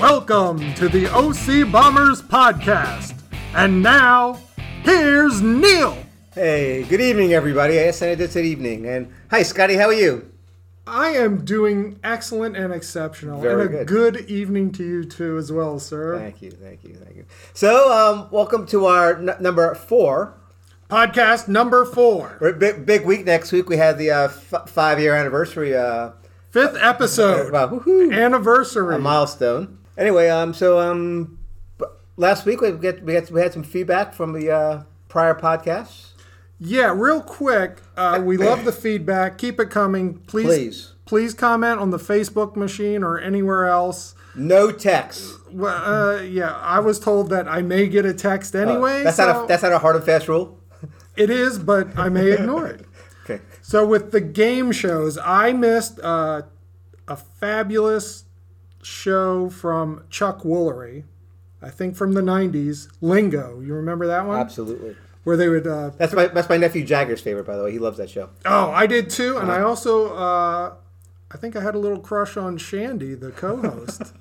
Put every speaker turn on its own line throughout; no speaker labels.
Welcome to the OC Bombers podcast. And now, here's Neil.
Hey, good evening, everybody. Yes, and I did say evening. And hi, Scotty, how are you?
I am doing excellent and exceptional.
Very
and a good.
good.
evening to you too, as well, sir.
Thank you, thank you, thank you. So, um, welcome to our n- number four.
Podcast number four,
We're big, big week next week. We had the uh, f- five-year anniversary. Uh,
fifth episode,
wow, woohoo,
anniversary.
a milestone. Anyway, um, so um, b- last week we get we had we had some feedback from the uh, prior podcasts.
Yeah, real quick, uh, we love the feedback. Keep it coming, please.
Please.
please comment on the Facebook machine or anywhere else.
No text.
Well, uh, yeah, I was told that I may get a text anyway.
Uh, that's
so
not a, that's not a hard and fast rule.
it is, but I may ignore it.
Okay.
So with the game shows, I missed uh, a fabulous show from Chuck Woolery, I think from the '90s. Lingo, you remember that one?
Absolutely.
Where they would. Uh,
That's my that's my nephew Jagger's favorite, by the way. He loves that show.
oh, I did too, and I also. Uh, I think I had a little crush on Shandy, the co-host.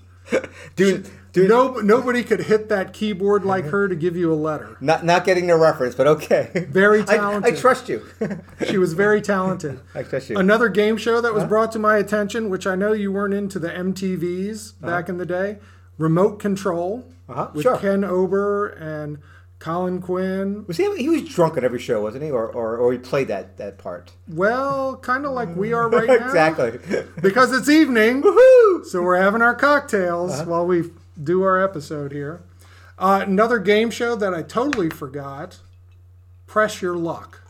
Dude, dude,
no, nobody could hit that keyboard like her to give you a letter.
Not not getting the reference, but okay.
Very
I, I
talented.
trust you.
She was very talented.
I trust you.
Another game show that was brought to my attention, which I know you weren't into the MTVs back in the day, Remote Control
Uh-huh,
with
sure.
Ken Ober and Colin Quinn.
Was he? He was drunk at every show, wasn't he? Or or, or he played that that part.
Well, kind of like we are right now.
exactly.
Because it's evening,
Woo!
so we're having our cocktails
Uh-huh.
while we do our episode here. Uh, another game show that I totally forgot Press Your Luck.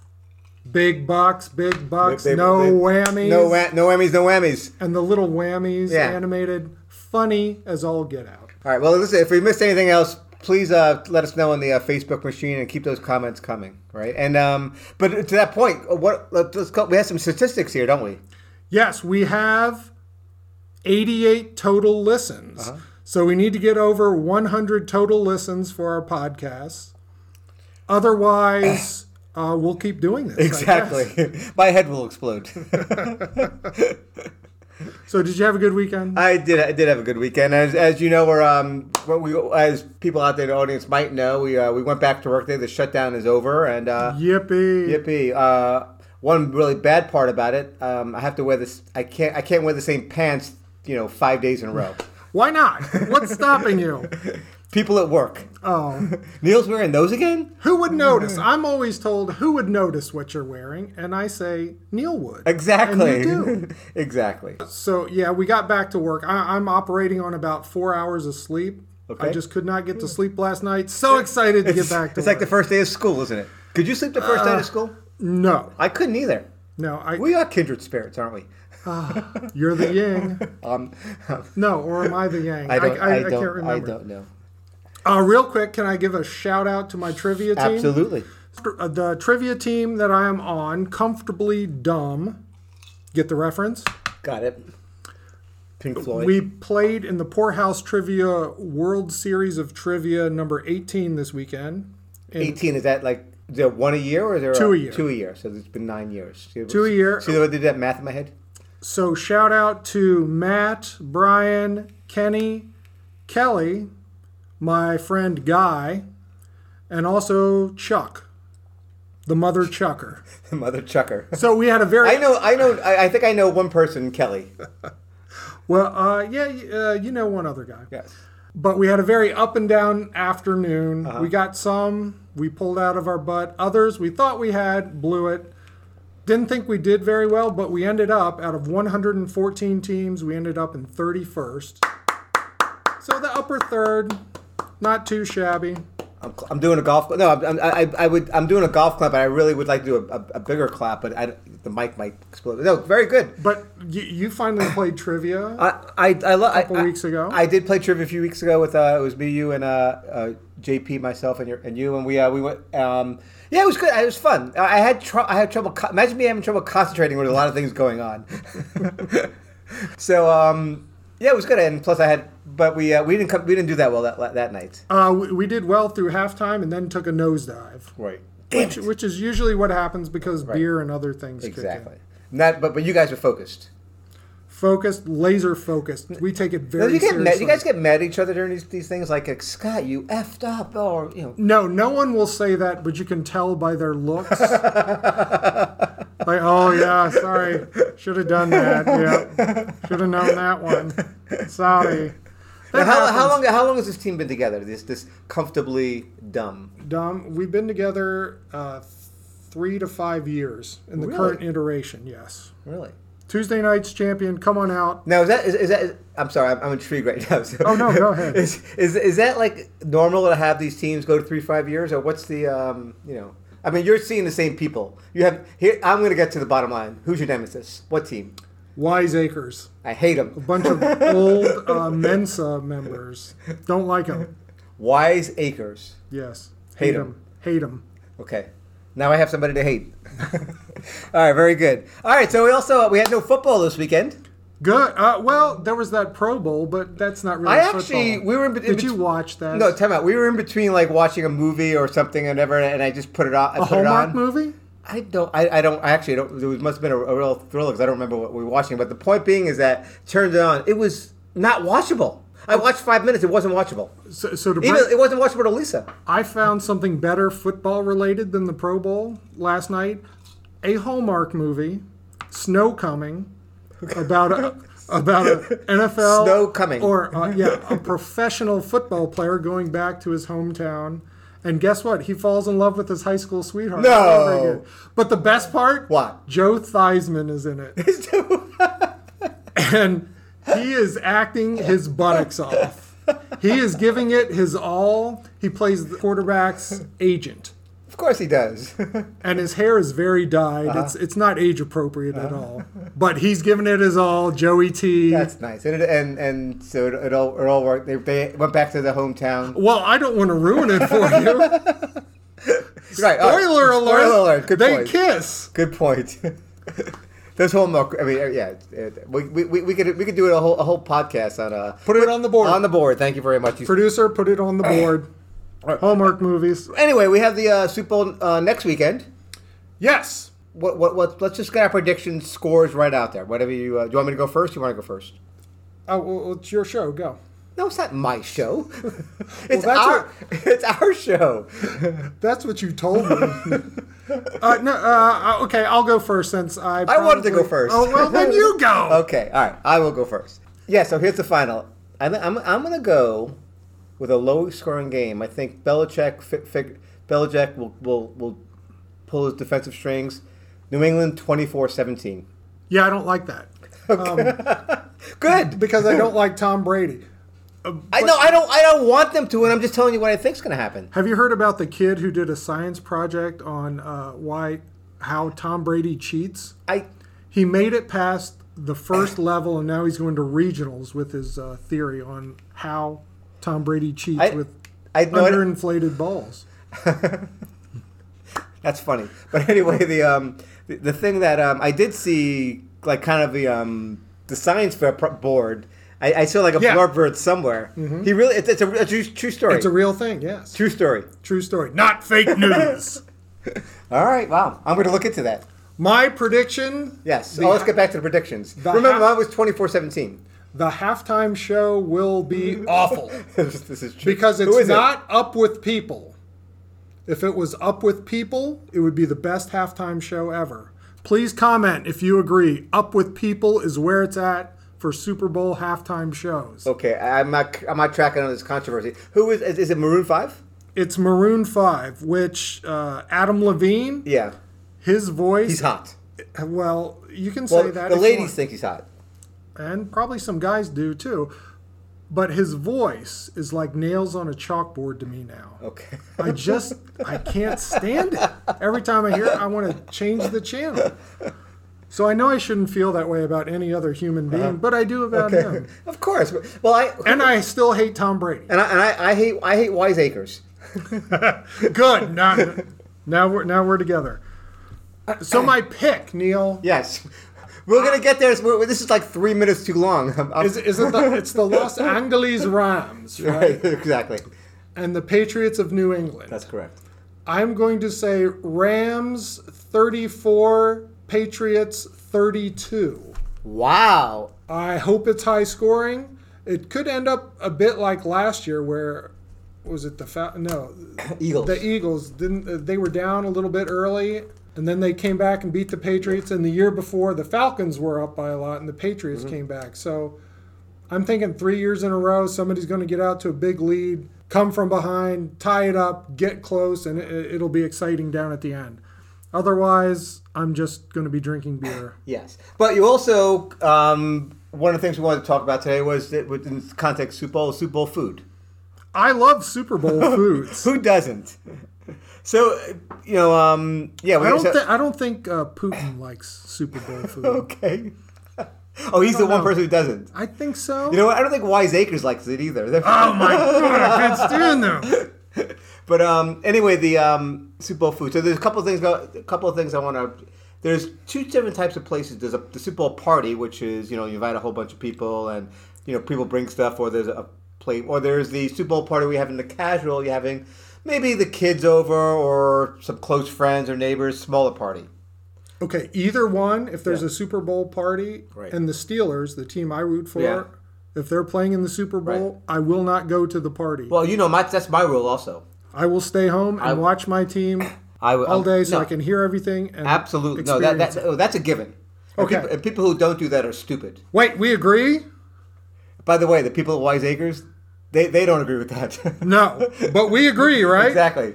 Big bucks, big bucks,
They- they-
no
they-
whammies.
No wha- no whammies, no whammies.
and the little whammies
Yeah.
animated funny as all get out
All right. Well, listen. If we missed anything else, please uh, let us know on the uh, Facebook machine and keep those comments coming. Right. And um, but to that point, what let's go. We have some statistics here, don't we?
yes we have 88 total listens
Uh-huh.
so we need to get over 100 total listens for our podcasts otherwise uh, we'll keep doing this I guess.
Exactly. My head will explode.
so did you have a good weekend
I did. I did have a good weekend. As, as you know, we're um, what we as people out there in the audience might know, we uh, we went back to work today. The shutdown is over, and uh,
yippee
yippee! Uh, one really bad part about it, um, I have to wear this. I can't. I can't wear the same pants. You know, five days in a row.
why not what's stopping you
People at work.
oh
Neil's wearing those again.
who would notice i'm always told who would notice what you're wearing and i say neil would
Exactly.
and you do.
exactly.
So yeah, we got back to work. I, I'm operating on about four hours of sleep. I
Okay.
just could not get to sleep last night. So excited to get back to
it's
work.
like the first day of school, isn't it? Could you sleep the first
Uh,
night of school?
no,
I couldn't either.
no, I,
We are kindred spirits, aren't we?
you're the yin.
Um,
No, or am I the yang?
I don't. I,
I
don't.
can't
I
remember.
don't know.
Uh, real quick, can I give a shout out to my trivia team?
Absolutely.
Uh, The trivia team that I am on, comfortably dumb. Get the reference?
Got it. Pink Floyd.
We played in the Poorhouse Trivia World Series of Trivia number 18 this weekend. And
18, is that like is there one a year or is there
Two a year.
Two a year. So it's been nine years. See,
Two a year.
See the way I did that math in my head?
So shout out to Matt, Brian, Kenny, Kelly, my friend Guy, and also Chuck, the mother chucker.
Mother Chucker.
So we had a
I
very
know, I know, I, I think I know one person, Kelly.
well, uh, yeah, uh, you know one other guy,
Yes.
but we had a very up and down afternoon.
Uh-huh.
We got some we pulled out of our butt, others we thought we had blew it. Didn't think we did very well, but we ended up out of 114 teams, we ended up in 31st. So the upper third, not too shabby.
I'm, cl- I'm doing a golf. No, I'm, I'm, I, I would. I'm doing a golf clap, and I really would like to do a, a, a bigger clap, but I, the mic might explode. No, very good.
But you, you finally played trivia.
I, I, I love. A
Couple weeks ago.
I did play trivia a few weeks ago with uh, it was me, you, and uh, uh, JP, myself, and your, and you, and we uh, we went. Um, yeah, it was good. It was fun. I I had tr- I had trouble. Co- Imagine me having trouble concentrating with a lot of things going on. so um, yeah, it was good. And plus, I had, but we uh, we didn't come, we didn't do that well that that night.
Uh, we, we did well through halftime and then took a nosedive,
Right. Damn
which,
it.
which is usually what happens because beer and other things kick in.
Exactly. Not, but but you guys were focused.
focused, laser focused. We take it very
you, get
seriously.
mad, you guys get mad at each other during these, these things, like, like Scott, you effed up, or you know.
no, no one will say that, but you can tell by their looks. like, oh yeah, sorry, should have done that. Yeah, should have known that one. Sorry.
Now,
That
how, how
happens.
long? How long has this team been together? This this comfortably dumb.
Dom, we've been together uh, three to five years in the
Really?
current iteration. Yes.
Really?
Tuesday night's champion, come on out.
Now is that is, is that? Is, I'm sorry, I'm, I'm intrigued right now. so-
Oh, no, go ahead.
is, is is that like normal to have these teams go to three five years, or what's the um you know? I mean, you're seeing the same people. You have here. I'm going to get to the bottom line. Who's your nemesis? What team?
Wiseacres,
I hate
a
them.
bunch of old uh, Mensa members, don't like them.
Wise Acres.
Yes,
Hate
hate
'em.
them, hate them.
Okay. Now I have somebody to hate. All right, very good. All right, so we also we had no football this weekend.
Good. Uh, well, there was that Pro Bowl, but that's not really.
I actually-
football.
we were in bet- in
Did you
bet-
watch that?
No, time out. We were in between like watching a movie or something and ever, and I just put it on.
a
I put it
Hallmark
on.
movie.
I don't. I, I don't. I actually don't. There was- must have been a, a real thriller because I don't remember what we were watching. But the point being is that turned it on. It was not watchable. I watched five minutes. It wasn't watchable.
So, so to
Even
break,
it wasn't watchable to Lisa.
I found something better football related than the Pro Bowl last night. A Hallmark movie, Snow Coming, about a about a NFL
Snow Coming.
or uh, yeah, a professional football player going back to his hometown. And guess what? He falls in love with his high school sweetheart.
No.
All over again. But the best part?
What?
Joe Theismann is in it. and he is acting his buttocks off. He is giving it his all. He plays the quarterback's agent,
Of course he does.
and his hair is very dyed. It's it's not age appropriate at all, but he's giving it his all. Joey T.
That's nice. And it, and and so it, it all it all worked. They, they went back to the hometown.
well, I don't want to ruin it for you.
Right. all right.
Oh, Spoiler alert!
Spoiler alert. Good
they
point.
kiss.
Good point. Those Hallmark. I mean, yeah, it- we, we, we- we could we could do a whole a whole podcast on uh
Put it on the board.
on the board. Thank you very much. You-
Producer, put it on the board. Hallmark movies.
anyway, we have the uh, Super Bowl uh, next weekend.
Yes.
What, what, what, let's just get our prediction scores right out there. Whatever you, uh, do you want me to go first? You want to go first?
Oh, well, it's your show. Go.
No, it's not my show. it's
that's
our, it's our show.
That's what you told me. uh, no, uh, okay, I'll go first since I.
I wanted to go
probably-
first.
Oh well, then you go.
Okay, all right, I will go first. Yeah, so here's the final. I'm, I'm, I'm gonna go with a low scoring game. I think Belichick, fi- fig, Belichick will, will, will pull his defensive strings. New England 24-17.
Yeah, I don't like that
Good.
because I don't like Tom Brady.
I know I don't I don't want them to, and I'm just telling you what I think's gonna happen.
Have you heard about the kid who did a science project on uh, why how Tom Brady cheats?
I
He made it past the first level, and now he's going to regionals with his uh, theory on how Tom Brady cheats
I-
with
I know it-
underinflated balls.
That's funny. But anyway, the um, the, the thing that um, I did see, like kind of the um, the science fair pro- board, I, I saw like a
Yeah. Mm-hmm.
blurb for it somewhere. He really, it's, it's a, a true, true story.
It's a real thing. Yes, true,
true story.
story, not fake news.
All right, wow. I'm going to look into that.
My prediction.
Yes.
The-
oh, let's get back to the predictions. Remember,
ha-
mine was 24-17.
The halftime show will be awful
this this is true.
because
Who
it's
is it?
not up with people. If it was up with people, it would be the best halftime show ever. Please comment if you agree. Up with people is where it's at for Super Bowl halftime shows.
Okay, I- I'm not. I'm not tracking on this controversy. Who is? Is, is it Maroon Five?
It's Maroon Five, which uh, Adam Levine,
Yeah,
his voice. uh,
he's hot.
Well, you can
Well,
say that.
the
if you
ladies
want.
think he's hot.
and probably some guys do too. But his voice is like nails on a chalkboard to me now.
Okay.
I just I can't stand it. Every time I hear it, I want to change the channel. So I know I shouldn't feel that way about any other human being, but I do about him.
of course. Well, I
And I still hate Tom Brady.
And I, and I, I hate I hate wiseacres.
Good. Now, now we're now we're together. So my pick, Neil,
Yes, we're gonna get there. We're- this is like three minutes too long. I'm- I'm-
is is it the, it's the Los Angeles Rams, right?
exactly.
And the Patriots of New England.
That's correct.
I'm going to say Rams 34, Patriots 32.
Wow,
I hope it's high scoring. It could end up a bit like last year, where was it the fa- no
Eagles.
the Eagles didn't uh, they were down a little bit early, and then they came back and beat the Patriots. And the year before, the Falcons were up by a lot, and the Patriots came back. So I'm thinking three years in a row, somebody's going to get out to a big lead, come from behind, tie it up, get close, and it, it'll be exciting down at the end. Otherwise, I'm just going to be drinking beer.
Yes, but you also um, one of the things we wanted to talk about today was that within the context Super Bowl Super Bowl food.
I love Super Bowl foods.
Who doesn't? So you know, um, yeah, we
I don't.
so-
Th- I don't think uh, Putin likes Super Bowl food.
okay. oh, he's the one
know.
person who doesn't.
I think so.
You know, what? I don't think Wise Acres likes it either. They're-
oh my god, it's doing them.
But um, anyway, the um, Super Bowl food. So there's a couple of things. Go, a couple of things I want to. There's two different types of places. There's a the Super Bowl party, which is you know you invite a whole bunch of people and you know people bring stuff, or there's a plate, or there's the Super Bowl party we have in the casual. You're having maybe the kids over or some close friends or neighbors, smaller party.
Okay, either one. If there's a Super Bowl party
Right.
and the Steelers, the team I root for,
Yeah.
if they're playing in the Super Bowl, I will not go to the party.
Well, you know my that's my rule also.
I Um, will stay home and watch my team
I would-
all day, so
no.
I can hear everything. And
Absolutely, no, that,
experience
that
it.
oh, that's a given. And
Okay.
people, and people who don't do that are stupid.
Wait, we agree?
By the way, the people at Wise Acres, they, they don't agree with that.
No, but we agree, right?
Exactly.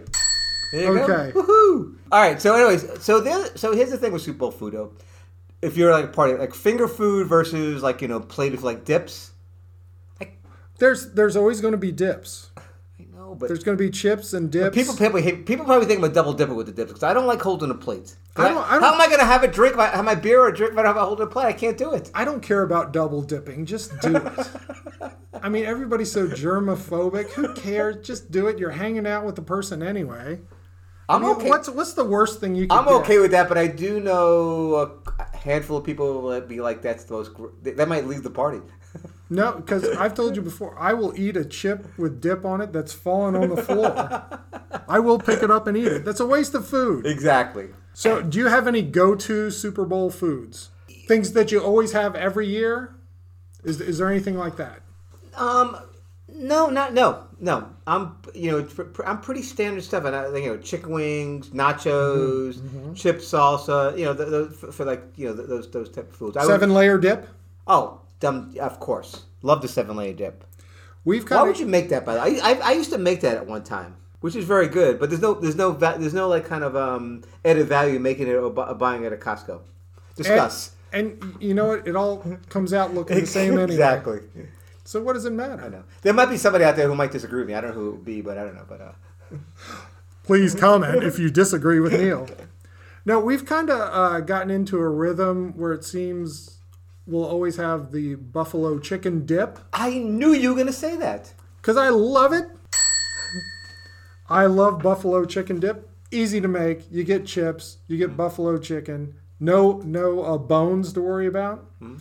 There you
Okay.
go. Woohoo! All right. So, anyways, so the other, so here's the thing with Super Bowl food though. If you're like a party, like finger food versus like you know plate of like dips. Like
There's there's always going to be dips.
I know, but
There's going to be chips and dips.
people probably hate, people probably think I'm a double dipper with the dips because I don't like holding a plate. 'Cause
I don't- I don't-
how am I going to have a drink? if I- Have my beer or a drink? If I don't have a holding a plate, I can't do it.
I don't care about double dipping. Just do it. I mean, everybody's so germophobic. Who cares? Just do it. You're hanging out with the person anyway. I
I'm
mean,
okay.
What's what's the worst thing you can
I'm okay with that, but I do know a handful of people that be like, "That's the most." gr- That might leave the party.
No, because I've told you before, I will eat a chip with dip on it that's fallen on the floor. I will pick it up and eat it. That's a waste of food.
exactly.
So, do you have any go-to Super Bowl foods? Things that you always have every year? Is is there anything like that?
Um, no, not no, no. I'm you know pr- pr- I'm pretty standard stuff, and I, you know chicken wings, nachos, chip salsa. You know th- those for, for like you know th- those those type of foods. I Would,
Seven-layer dip.
oh, dumb. Of course, love the seven layer dip.
We've
Why
kind
would
of
you make that? By the way, I, I I used to make that at one time, which is very good. But there's no there's no va- there's no like kind of um added value making it or bu- buying it at Costco. Discuss.
And, and you know what? It all comes out looking Eh, the same anyway.
exactly.
So what does it matter?
No. There might be somebody out there who might disagree with me. I don't know who it would be, but I don't know. But uh,
Please comment if you disagree with Neil. No, we've kind of uh, gotten into a rhythm where it seems we'll always have the buffalo chicken dip
I knew you were gonna say that.
because I love it. I love buffalo chicken dip. Easy to make. You get chips. You
Mm-hmm.
get buffalo chicken. No, no uh, bones to worry about.
Mm-hmm.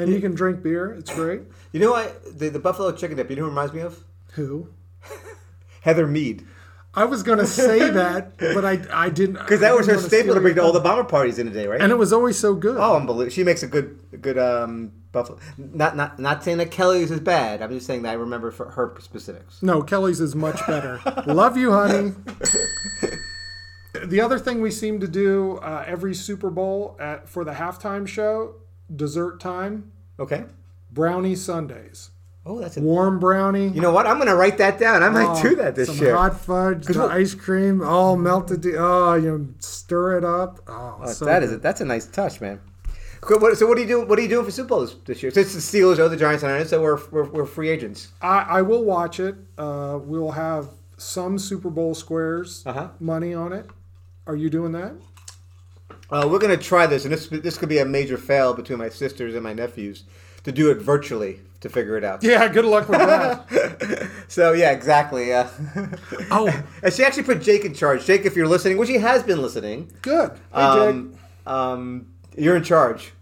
And you can drink beer. It's great.
You know what? The, the buffalo chicken dip. You know who it reminds me of?
Who?
Heather Mead,
I was gonna say that, but I I didn't
because that was her staple to bring to all the bomber parties in today, right?
and it was always so good.
oh, unbelievable! She makes a good a good um buffalo. Not not not saying that Kelly's is bad. I'm just saying that I remember for her specifics.
No, Kelly's is much better. Love you, honey. the other thing we seem to do uh, every Super Bowl at, for the halftime show, dessert time,
Okay.
brownie sundays,
Oh, that's a.
warm brownie.
You know what? I'm gonna write that down. I might
Oh,
do that this
some
year.
hot fudge, the
we'll-
ice cream, all melted. to- Oh, you know, stir it up. Oh,
That is
so
a, that's a nice touch, man. So what, so what are you doing? What are you doing for Super Bowl this, this year? Since the Steelers are the Giants and I so we're, we're we're free agents.
I, I will watch it. Uh, we'll have some Super Bowl squares
Uh-huh.
money on it. Are you doing that?
Uh, we're gonna try this, and this this could be a major fail between my sisters and my nephews to do it virtually to figure it out.
Yeah, good luck with that.
So yeah, exactly. Uh,
oh,
and she actually put Jake in charge. Jake, if you're listening, which he has been listening,
good. Hey, Jake.
um, um, you're in charge.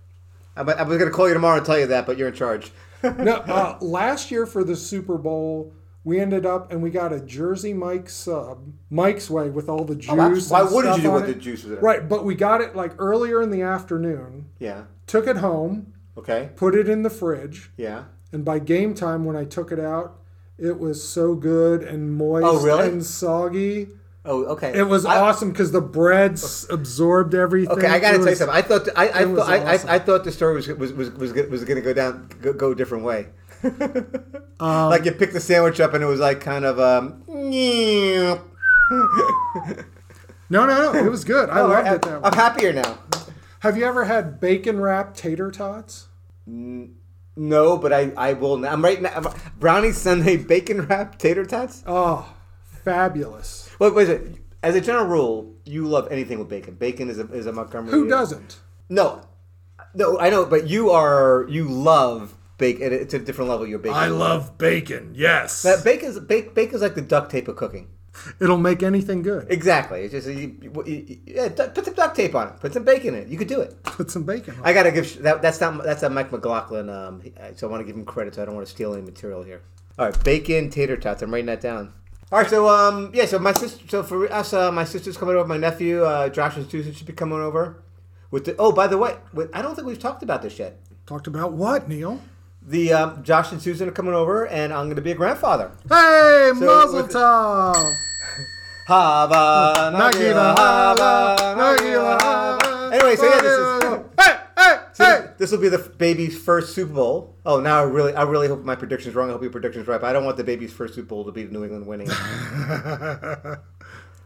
I, I was gonna call you tomorrow and tell you that, but you're in charge.
No, uh, last year for the Super Bowl, we ended up and we got a Jersey Mike sub, Mike's way with all the juice.
abs- Oh, why
and
wouldn't you
stuff
do
on
with
it.
the juice with it?
Right, but we got it like earlier in the afternoon,
yeah.
took it home,
Okay.
put it in the fridge,
Yeah.
and by game time when I took it out, it was so good and moist
Oh, really?
and soggy.
Oh, okay.
It was
I-
awesome because the bread s- absorbed everything.
Okay, I gotta
It
tell you
was-
something. I thought I, I,
it was
thought, I,
awesome.
I, I thought the story was was was was, go- was gonna go down go, go a different way.
Um,
like you picked the sandwich up and it was like kind of um.
No, no, no. It was good. I loved it that way.
I'm happier now.
Have you ever had bacon wrapped tater tots?
No, but I, I will now. I'm right now. I'm, brownie Sunday bacon wrap tater tots.
Oh, fabulous.
Wait, wait, wait. As a general rule, you love anything with bacon. Bacon is a is a Montgomery. uh,
Who doesn't?
No, no, I know, but you are you love bacon. It's a different level. You're bacon.
love bacon. Yes.
That bacon's bake, bacon's like the duct tape of cooking.
It'll make anything good.
Exactly. It's just you, you, you- yeah, duct- put some duct tape on it. Put some bacon in it. You could do it.
Put some bacon on.
I gotta give sh- that. That's not that's not Mike McLaughlin. Um, he- so I want to give him credit. So I don't want to steal any material here. All right, bacon tater tots. I'm writing that down. All right, so um, yeah, so my sister, so for us, uh, my sister's coming over. My nephew, uh, Josh and Susan should be coming over. With the oh, by the way, with, I don't think we've talked about this yet.
Talked about what, Neil?
The um, Josh and Susan are coming over, and I'm going to be a grandfather.
Hey,
So
Mazel
with-
Tov!
Hava, Nagila, Hava, Nagila, Hava. Anyway, so yeah, this is.
Hey, hey, hey!
So this will be the f- baby's first Super Bowl. Oh, now I really, I really hope my prediction's wrong. I hope your prediction's right. But I don't want the baby's first Super Bowl to be New England winning.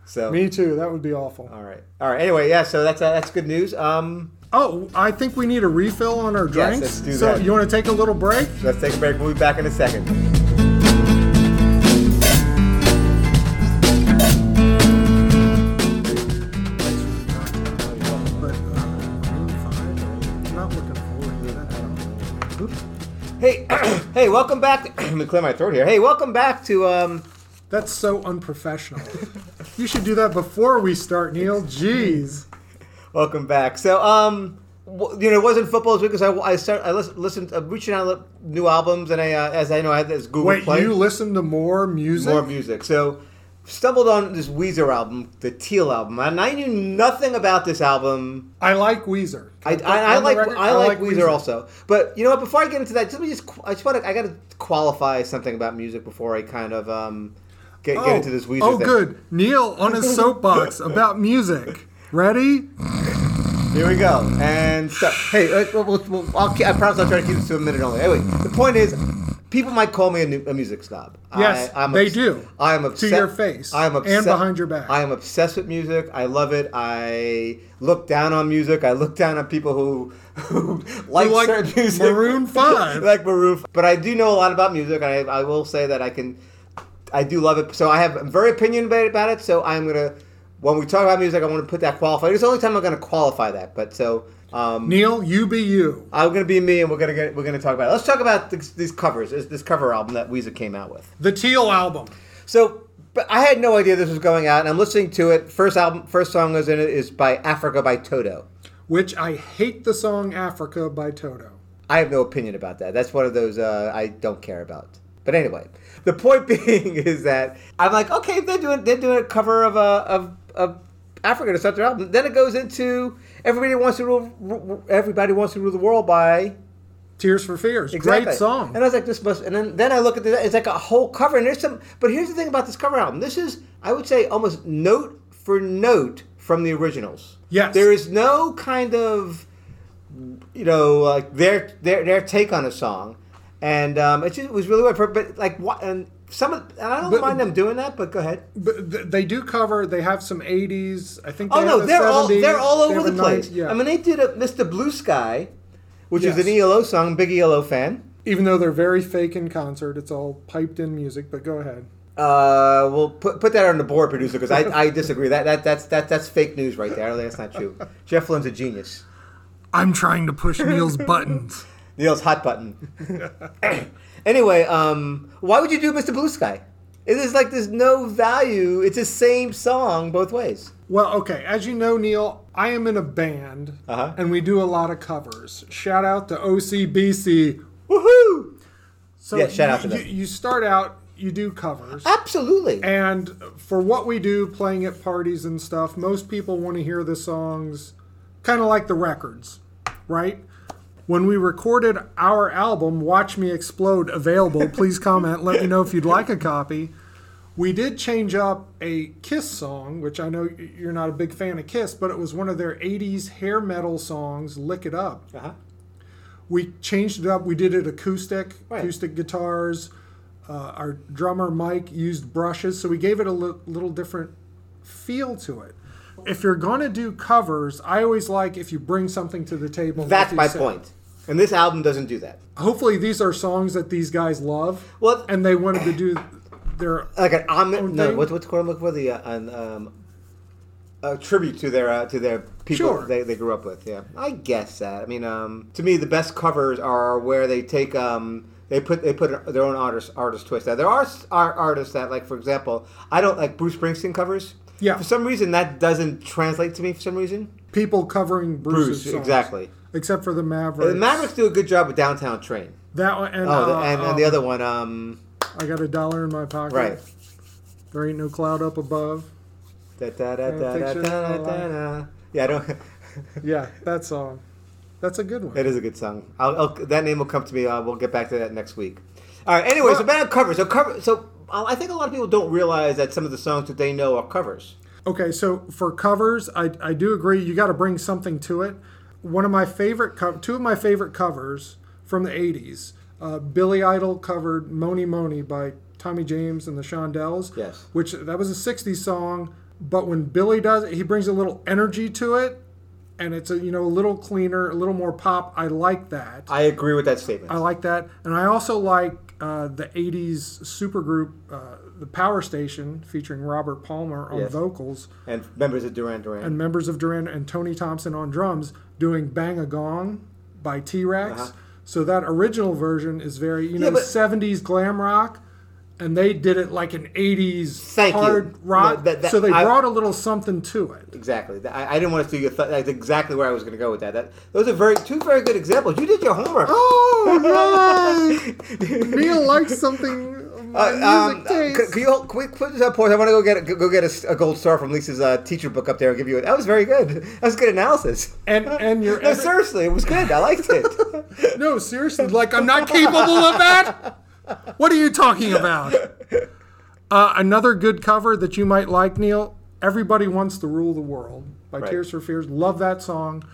so,
Me too. That would be awful.
all right, all right. Anyway, yeah. So that's uh, that's good news. Um,
Oh, I think we need a refill on our drinks.
let's do
so
that.
you want to take a little break?
let's take a break. We'll be back in a second.
But, uh, not looking forward to that.
Hey, hey, welcome back. To, let me clear my throat here. Hey, welcome back to um.
That's so unprofessional. you should do that before we start, Neil. Jeez.
Welcome back. So, um, w- you know, it wasn't football this week because I, I started I lis- listened, I'm reaching out to new albums, and I, uh, as I know, I had this Google
Wait,
Play
you listen to more music?
more music. So, stumbled on this Weezer album, the Teal album, and I knew nothing about this album.
I like Weezer.
I,
Can
I, I
put on the
like
record?
I like Weezer also, but you know what? Before I get into that, just let me just qu- I just want to I got to qualify something about music before I kind of um get,
Oh,
get into this Weezer.
oh
thing.
good. Neil on his soapbox about music. Ready?
Here we go. And so, hey, uh, we'll, we'll, we'll, I'll, ke- I promise I'll try to keep this to a minute only. Anyway, the point is, people might call me a, nu- a music snob.
Yes,
I,
they do.
I am obsessed.
your face
I am
and
obsessed.
behind your back.
I am obsessed with music. I love it. I look down on music. I look down on people who, who like,
like
certain music.
Maroon five.
like Maroon. five. But I do know a lot about music, and I, I will say that I can. I do love it. So I have I'm very opinion about about it. So I'm gonna when we talk about music, I want to put that qualifier. It's the only time I'm gonna qualify that. But so um,
Neil, you be you.
I'm gonna be me, and we're gonna get, we're gonna talk about it. Let's talk about this, these covers. This, this cover album that Weezer came out with.
The Teal album.
So. But I had no idea this was going out, and I'm listening to it. First album, first song is in it is by Africa by Toto.
Which I hate the song Africa by Toto.
I have no opinion about that. That's one of those uh, I don't care about. But anyway, the point being is that I'm like, okay, they're doing they're doing a cover of uh, of of Africa to start their album. Then it goes into everybody wants to rule Ru- everybody wants to rule the world by
Tears for Fears. Great song.
and I was like, this must. And then, then I look at this. It's like a whole cover. And there's some. But here's the thing about this cover album. This is, I would say, almost note for note from the originals.
Yes.
There is no kind of, you know, like their their their take on a song, and um, it just it was really weird. But- But like what and. Some of, and I don't
But-
mind them doing that, but go ahead.
But th- they do cover. They have some '80s. I think. They
Oh no,
have the
they're all
70s,
they're all
they
over
have
the
a 90s
place.
yeah.
I mean, they did a Mr. Blue Sky, which is
Yes.
an ELO song. Big ELO fan.
even though they're very fake in concert, it's all piped in music. But go ahead.
Uh, well, put, put that on the board, producer, because I, I disagree. That, that that's that, that's fake news right there. That's not true. Jeff Lynn's a genius.
I'm trying to push Neil's buttons.
Neil's hot button. anyway, um, why would you do Mr. Blue Sky? It is like there's no value. It's the same song both ways.
Well, okay. As you know, Neil, I am in a band,
Uh-huh.
and we do a lot of covers. Shout out to OCBC.
Woohoo!
So
Yeah, shout
you,
out to them.
You, you start out, you do covers,
Absolutely.
and for what we do, playing at parties and stuff, most people want to hear the songs, kind of like the records, right? When we recorded our album, Watch Me Explode, available, please comment. let me know if you'd like a copy. We did change up a Kiss song, which I know you're not a big fan of Kiss, but it was one of their 80s hair metal songs, Lick It Up.
Uh-huh.
We changed it up. We did it acoustic,
Right.
acoustic guitars. Uh, our drummer, Mike, used brushes. So we gave it a li- little different feel to it. If you're going to do covers, I always like if you bring something to the table.
That's
with
my
you say-
point. And this album doesn't do that.
Hopefully, these are songs that these guys love.
Well-
and they wanted to do their
Like an omni- no,
thing?
what's what's the word I'm looking for? The uh, an, um, a tribute to their uh, to their people
Sure.
they, they grew up with. Yeah, I guess that. I mean, um, to me, the best covers are where they take um, they put they put their own artist artist twist. Now, there are, s- are artists that like, for example, I don't like Bruce Springsteen covers.
Yeah.
For some reason, that doesn't translate to me. For some reason,
people covering Bruce's
Bruce,
songs,
exactly.
Except for the Mavericks.
The Mavericks do a good job with Downtown Train.
That one and,
Oh, the,
uh,
and, and
um,
the other one, um,
I got a dollar in my pocket.
right.
There ain't no cloud up above.
Da, da, da,
Yeah,
da, da,
picture
da,
of
da,
life.
da. Yeah, I don't.
Yeah, that song. That's a good one.
That is a good song. I'll, I'll, that name will come to me. Uh, we'll get back to that next week. All right. Anyway, so
Well-
back to covers. So cover. So uh, I think a lot of people don't realize that some of the songs that they know are covers.
Okay, so for covers, I, I do agree you got to bring something to it. One of my favorite co- two of my favorite covers from the '80s, uh, Billy Idol covered "Money Money" by Tommy James and the Shondells.
Yes.
which that was a '60s song, but when Billy does it, he brings a little energy to it, and it's a you know a little cleaner, a little more pop. I like that.
I agree with that statement.
I like that, and I also like uh, the '80s supergroup, uh, the Power Station, featuring Robert Palmer on
Yes.
vocals
and members of Duran Duran.
and members of Duran and Tony Thompson on drums doing "Bang a Gong" by T Rex.
Uh-huh.
So that original version is very you
Yeah,
know
but-
seventies glam rock, and they did it like an eighties
Thank you.
hard rock.
No, that- that-
so they
I-
brought a little something to it.
exactly. Th- I, I didn't want to do your. Th- that's exactly where I was going to go with that. that. Those are very two very good examples. You did your homework.
Oh no! Neil likes something. my
Uh, um,
music
uh,
taste.
could, could you hold- can we put this on pause? I want to go get a, go get a s- a, gold star from Lisa's uh, teacher book up there and give you. A, that was very good. That was good analysis.
and and your
No, seriously, it was good. I liked it.
No, seriously, like I'm not capable of that. What are you talking about? Uh, another good cover that you might like, Neil. Everybody wants to rule the world by
Right.
Tears for Fears. Love that song.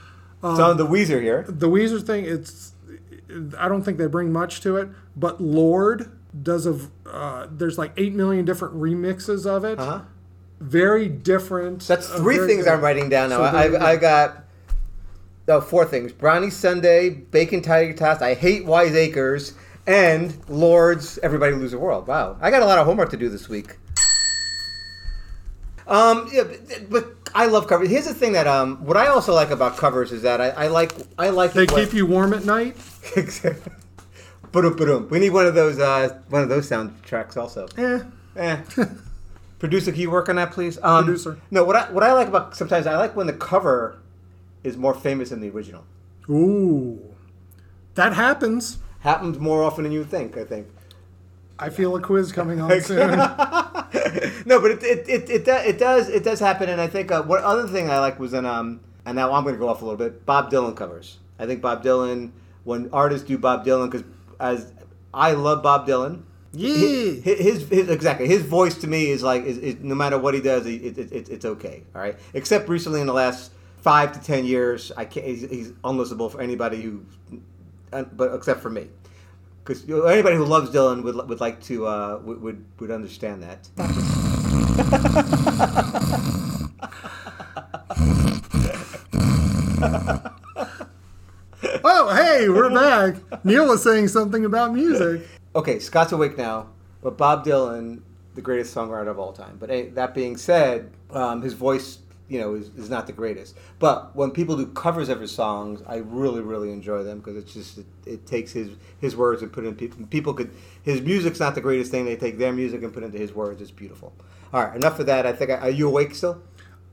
Uh, Um,
it's on the Weezer here.
The Weezer thing, it's I don't think they bring much to it, but Lord does a v- uh, there's like eight million different remixes of it.
Uh-huh.
Very different.
That's
uh,
three
very
things
good.
I'm writing down now.
So
I,
there you
I, I got no four things: brownie Sunday, bacon tiger toast. I hate Wise Acres and Lords. Everybody lose the world. Wow, I got a lot of homework to do this week. Um, yeah, but, but I love covers. Here's the thing that um, what I also like about covers is that I, I like I like
They keep you warm at night.
Ba-dum-ba-dum. We need one of those uh, one of those soundtracks also.
Eh.
Eh. Producer, can you work on that, please? Um,
Producer.
No, what I what I like about sometimes I like when the cover is more famous than the original.
Ooh, that happens.
Happens more often than you think. I think.
I feel a quiz coming on soon.
no, but it it, it, it, do, it does it does happen, and I think uh, what other thing I like was in um and now I'm going to go off a little bit. Bob Dylan covers. I think Bob Dylan when artists do Bob Dylan because as I love Bob Dylan. Hi-
Yeah.
hi- His, his, exactly his voice to me is like is, is no matter what he does it, it, it, it's okay all right except recently in the last five to ten years I can't he's, he's unlistenable for anybody who uh, but except for me because anybody who loves Dylan would would like to uh, would, would would understand that
Oh, hey, we're back. Neil was saying something about music.
okay Scott's awake now but Bob Dylan the greatest songwriter of all time but eh, that being said um, his voice you know is, is not the greatest but when people do covers of his songs I really really enjoy them because it's just it, it takes his his words and put in people people could his music's not the greatest thing they take their music and put into his words it's beautiful all right enough of that I think I, are you awake still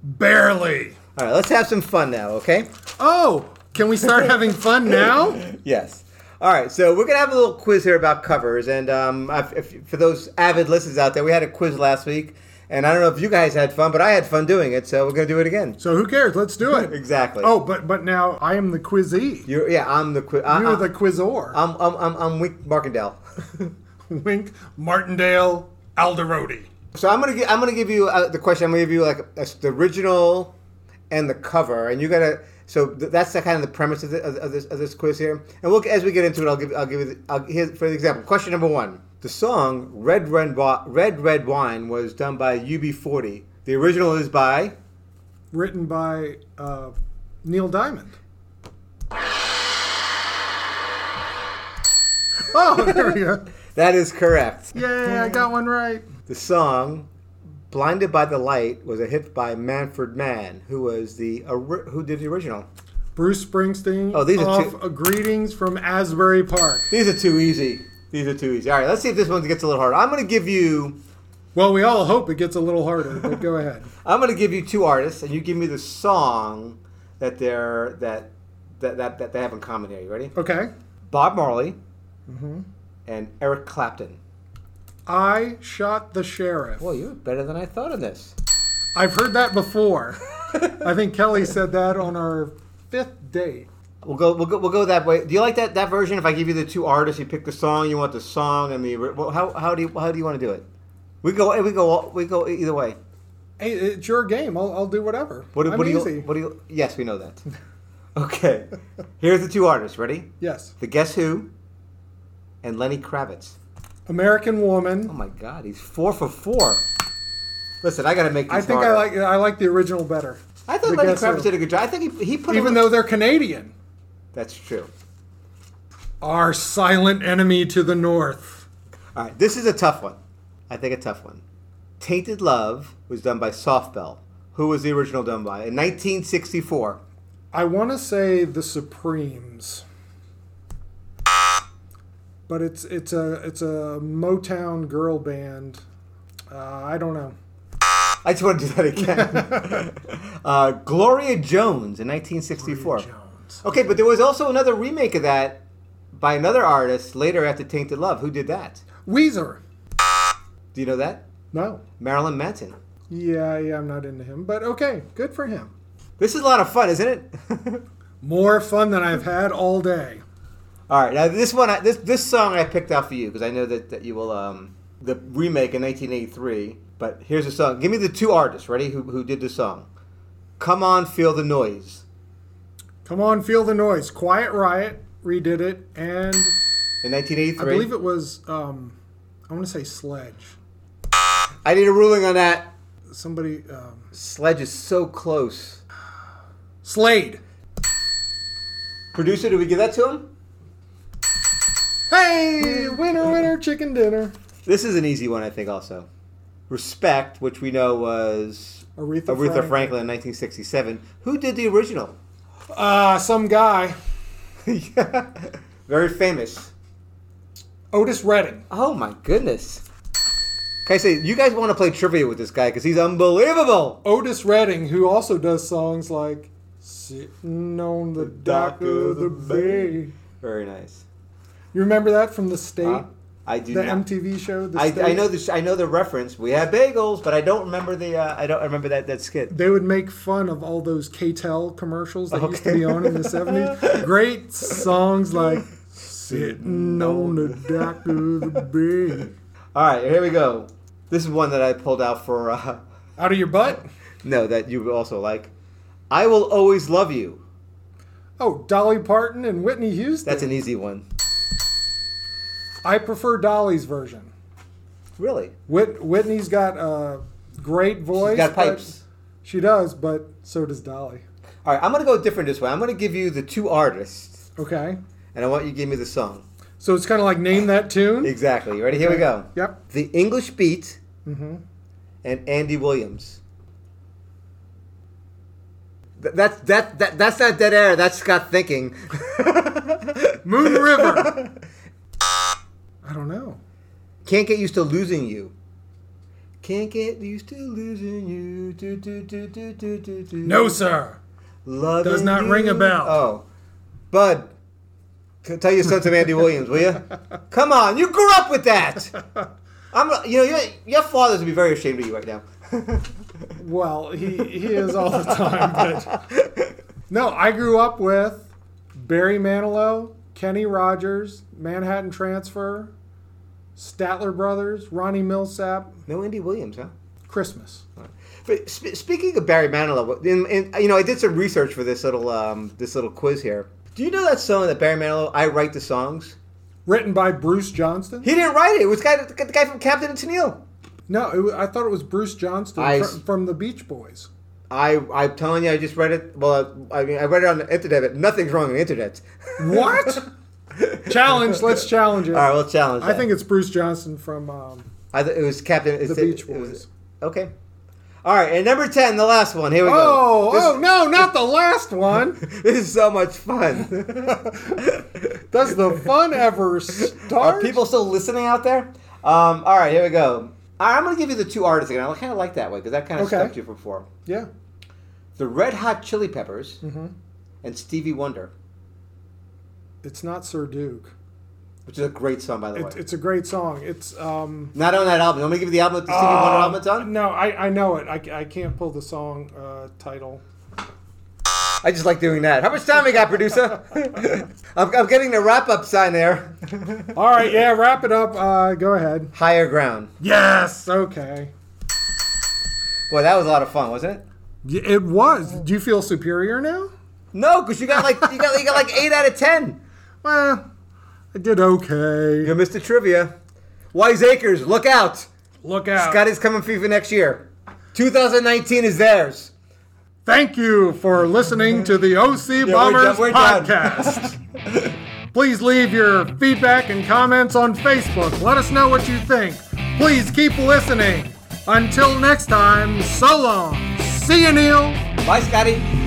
Barely.
all right let's have some fun now okay
Oh, can we start having fun now?
Yes. All right, so we're gonna have a little quiz here about covers, and um, I've, if, for those avid listeners out there, we had a quiz last week, And I don't know if you guys had fun, but I had fun doing it, so we're gonna do it again.
So who cares? Let's do it.
Exactly.
Oh, but but now I am the quizee.
You're, yeah, I'm the quiz.
You're the quizor.
I'm I'm I'm, I'm Wink Markendale.
Wink Martindale Alderodi.
so I'm gonna gi- I'm gonna give you uh, the question. I'm gonna give you like a, the original and the cover, and you gotta. So th- that's the kind of the premise of, the, of, of this of this quiz here. And we'll as we get into it, I'll give I'll give you the, I'll, here's for example. Question number one: The song "Red Red Wa- Red Red Wine" was done by UB40. The original is by
Written by uh, Neil Diamond. Oh, there we go.
that is correct.
Yay, I got one right.
The song "Blinded by the Light" was a hit by Manfred Mann, who was the ori- who did the original.
Bruce Springsteen
Oh, these are
off
two-
a Greetings from Asbury Park.
These are too easy. These are too easy. All right, let's see if this one gets a little harder. I'm going to give you
Well, we all hope it gets a little harder, but go ahead.
I'm going to give you two artists, and you give me the song that they're that that that, that they have in common here. You ready?
Okay.
Bob Marley and Eric Clapton.
I shot the sheriff.
Well, you're better than I thought on this.
I've heard that before. I think Kelly said that on our fifth date.
We'll go, we'll go, we'll go that way. Do you like that, that version? If I give you the two artists, you pick the song. You want the song and the well, how, how do you how do you want to do it? We go we go all- we go either way.
Hey, it's your game. I'll, I'll do whatever.
What, do-
I'm
what do you
easy.
what do you? Yes, we know that. Okay, here's the two artists. Ready?
yes.
The Guess Who and Lenny Kravitz.
American
Oh
Woman.
my God, he's four for four. Listen, I gotta make. These
I think I
harder.
like I like the original better,
I thought
The
Lenny
Guess
Kravitz
Who.
did a good job. I think he, he put.
even
a,
though they're Canadian.
that's true.
Our silent enemy to the north.
All right, this is a tough one. I think a tough one. Tainted Love was done by Softbell. Who was the original done by? In 1964.
I want to say the Supremes, but it's it's a it's a Motown girl band. Uh, I don't know.
I just want to do that again. uh, Gloria Jones in 1964.
Jones.
Okay, but there was also another remake of that by another artist later after Tainted Love. Who did that?
Weezer.
Do you know that?
No.
Marilyn Manson.
Yeah, yeah, I'm not into him, but okay, good for him.
This is a lot of fun, isn't it?
More fun than I've had all day.
All right, now this one, I, this this song I picked out for you because I know that, that you will um the remake in 1983. But here's the song. Give me the two artists. Ready? Who who did the song? Come on, feel the noise.
Come on, feel the noise. Quiet Riot redid it, and
In
I
1983.
believe it was um, I want to say Sledge.
I need a ruling on that.
Somebody um,
Sledge is so close.
Slade.
Producer, do we give that to him?
Hey, winner, winner, chicken dinner.
This is an easy one, I think. Also, respect, which we know was
Aretha,
Aretha
Franklin.
Franklin in 1967. Who did the original?
Uh, some guy.
Very famous.
Otis Redding.
Oh my goodness. Can I say, you guys want to play trivia with this guy because he's unbelievable.
Otis Redding, who also does songs like "Sitting on the, Dock of the Bay."
Very nice.
You remember that from the state,
Huh? I do
the
not.
MTV show. The
I,
state?
I know this. I know the reference. We have bagels, but I don't remember the. Uh, I don't remember that that skit.
They would make fun of all those KTEL commercials that used to
Okay.
be on in the 70s. Great songs like Sitting on the Dock of the Bay.
All right, here we go. This is one that I pulled out for. Uh,
Out of your butt?
no, that you would also like. I will always love you.
Oh, Dolly Parton and Whitney Houston.
That's an easy one.
I prefer Dolly's version.
Really,
Whit- Whitney's got a great voice.
you got
but-
pipes.
She does, but so does Dolly.
All right, I'm gonna go different this way. I'm gonna give you the two artists,
Okay.
and I want you to give me the song.
So it's kind of like name that tune.
Exactly. You Ready? Here we go.
Yep.
The English Beat
Mm-hmm.
and Andy Williams. Th- That's that, that that's not dead air. That's Scott thinking.
Moon River. I don't know.
Can't get used to losing you. Can't get used to losing you. Do, do, do, do, do, do, do.
No, sir.
Loving
does not
you.
ring a bell.
Oh, Bud, c- tell your son some Andy Williams, will you? Come on, you grew up with that. I'm, you know, your, your father's would be very ashamed of you right now.
Well, he he is all the time. But no, I grew up with Barry Manilow, Kenny Rogers, Manhattan Transfer, Statler Brothers, Ronnie Millsap,
No Andy Williams, huh?
Christmas.
But sp- speaking of Barry Manilow, in, in, you know, I did some research for this little um, this little quiz here. Do you know that song that Barry Manilow? I write the songs.
Written by Bruce Johnston.
He didn't write it. It was the guy, the guy from Captain and Tennille.
no, it, wa- I thought it was Bruce Johnston
I
fr-
s-
from the Beach Boys.
I I'm telling you, I just read it. Well, I, I mean, I read it on the internet. But nothing's wrong on the internet.
What? challenge. Let's challenge it.
All right, we'll challenge.
I
that.
think it's Bruce Johnston from. Um,
I th- it was Captain.
The
it's-
Beach
it
Boys.
was- okay. All right, and number ten, the last one. Here we
oh,
go. This-
oh no, not the last one.
This is so much fun.
Does the fun ever
Are
start?
Uh, people still listening out there? Um, all right, here we go. All right, I'm going to give you the two artists again. I kind of like that way because that kind of
Okay.
stuck to you from before.
Yeah.
The Red Hot Chili Peppers
Mm-hmm.
and Stevie Wonder,
It's not Sir Duke.
which is a great song, by the
It,
way.
it's a great song. It's um. uh,
Not on that album. I'm going to give you the album, the Stevie Wonder album it's on.
No, I, I know it. I, I can't pull the song uh, title.
I just like doing that. How much time we got, producer? I'm, I'm getting the wrap up sign there.
All right, yeah, wrap it up. Uh, go ahead.
Higher Ground.
Yes. Okay.
Boy, that was a lot of fun, wasn't it?
Y- It was. Do you feel superior now?
No, because you got like you got you got like eight out of ten.
Well, I did okay.
You missed the trivia. Wise Acres, look out!
Look out.
Scotty's coming for you for next year. 2019 is theirs.
Thank you for listening to the OC
we're done-
Bombers
we're done.
podcast. Please leave your feedback and comments on Facebook. Let us know what you think. Please keep listening. Until next time, so long. See you, Neil.
Bye, Scotty.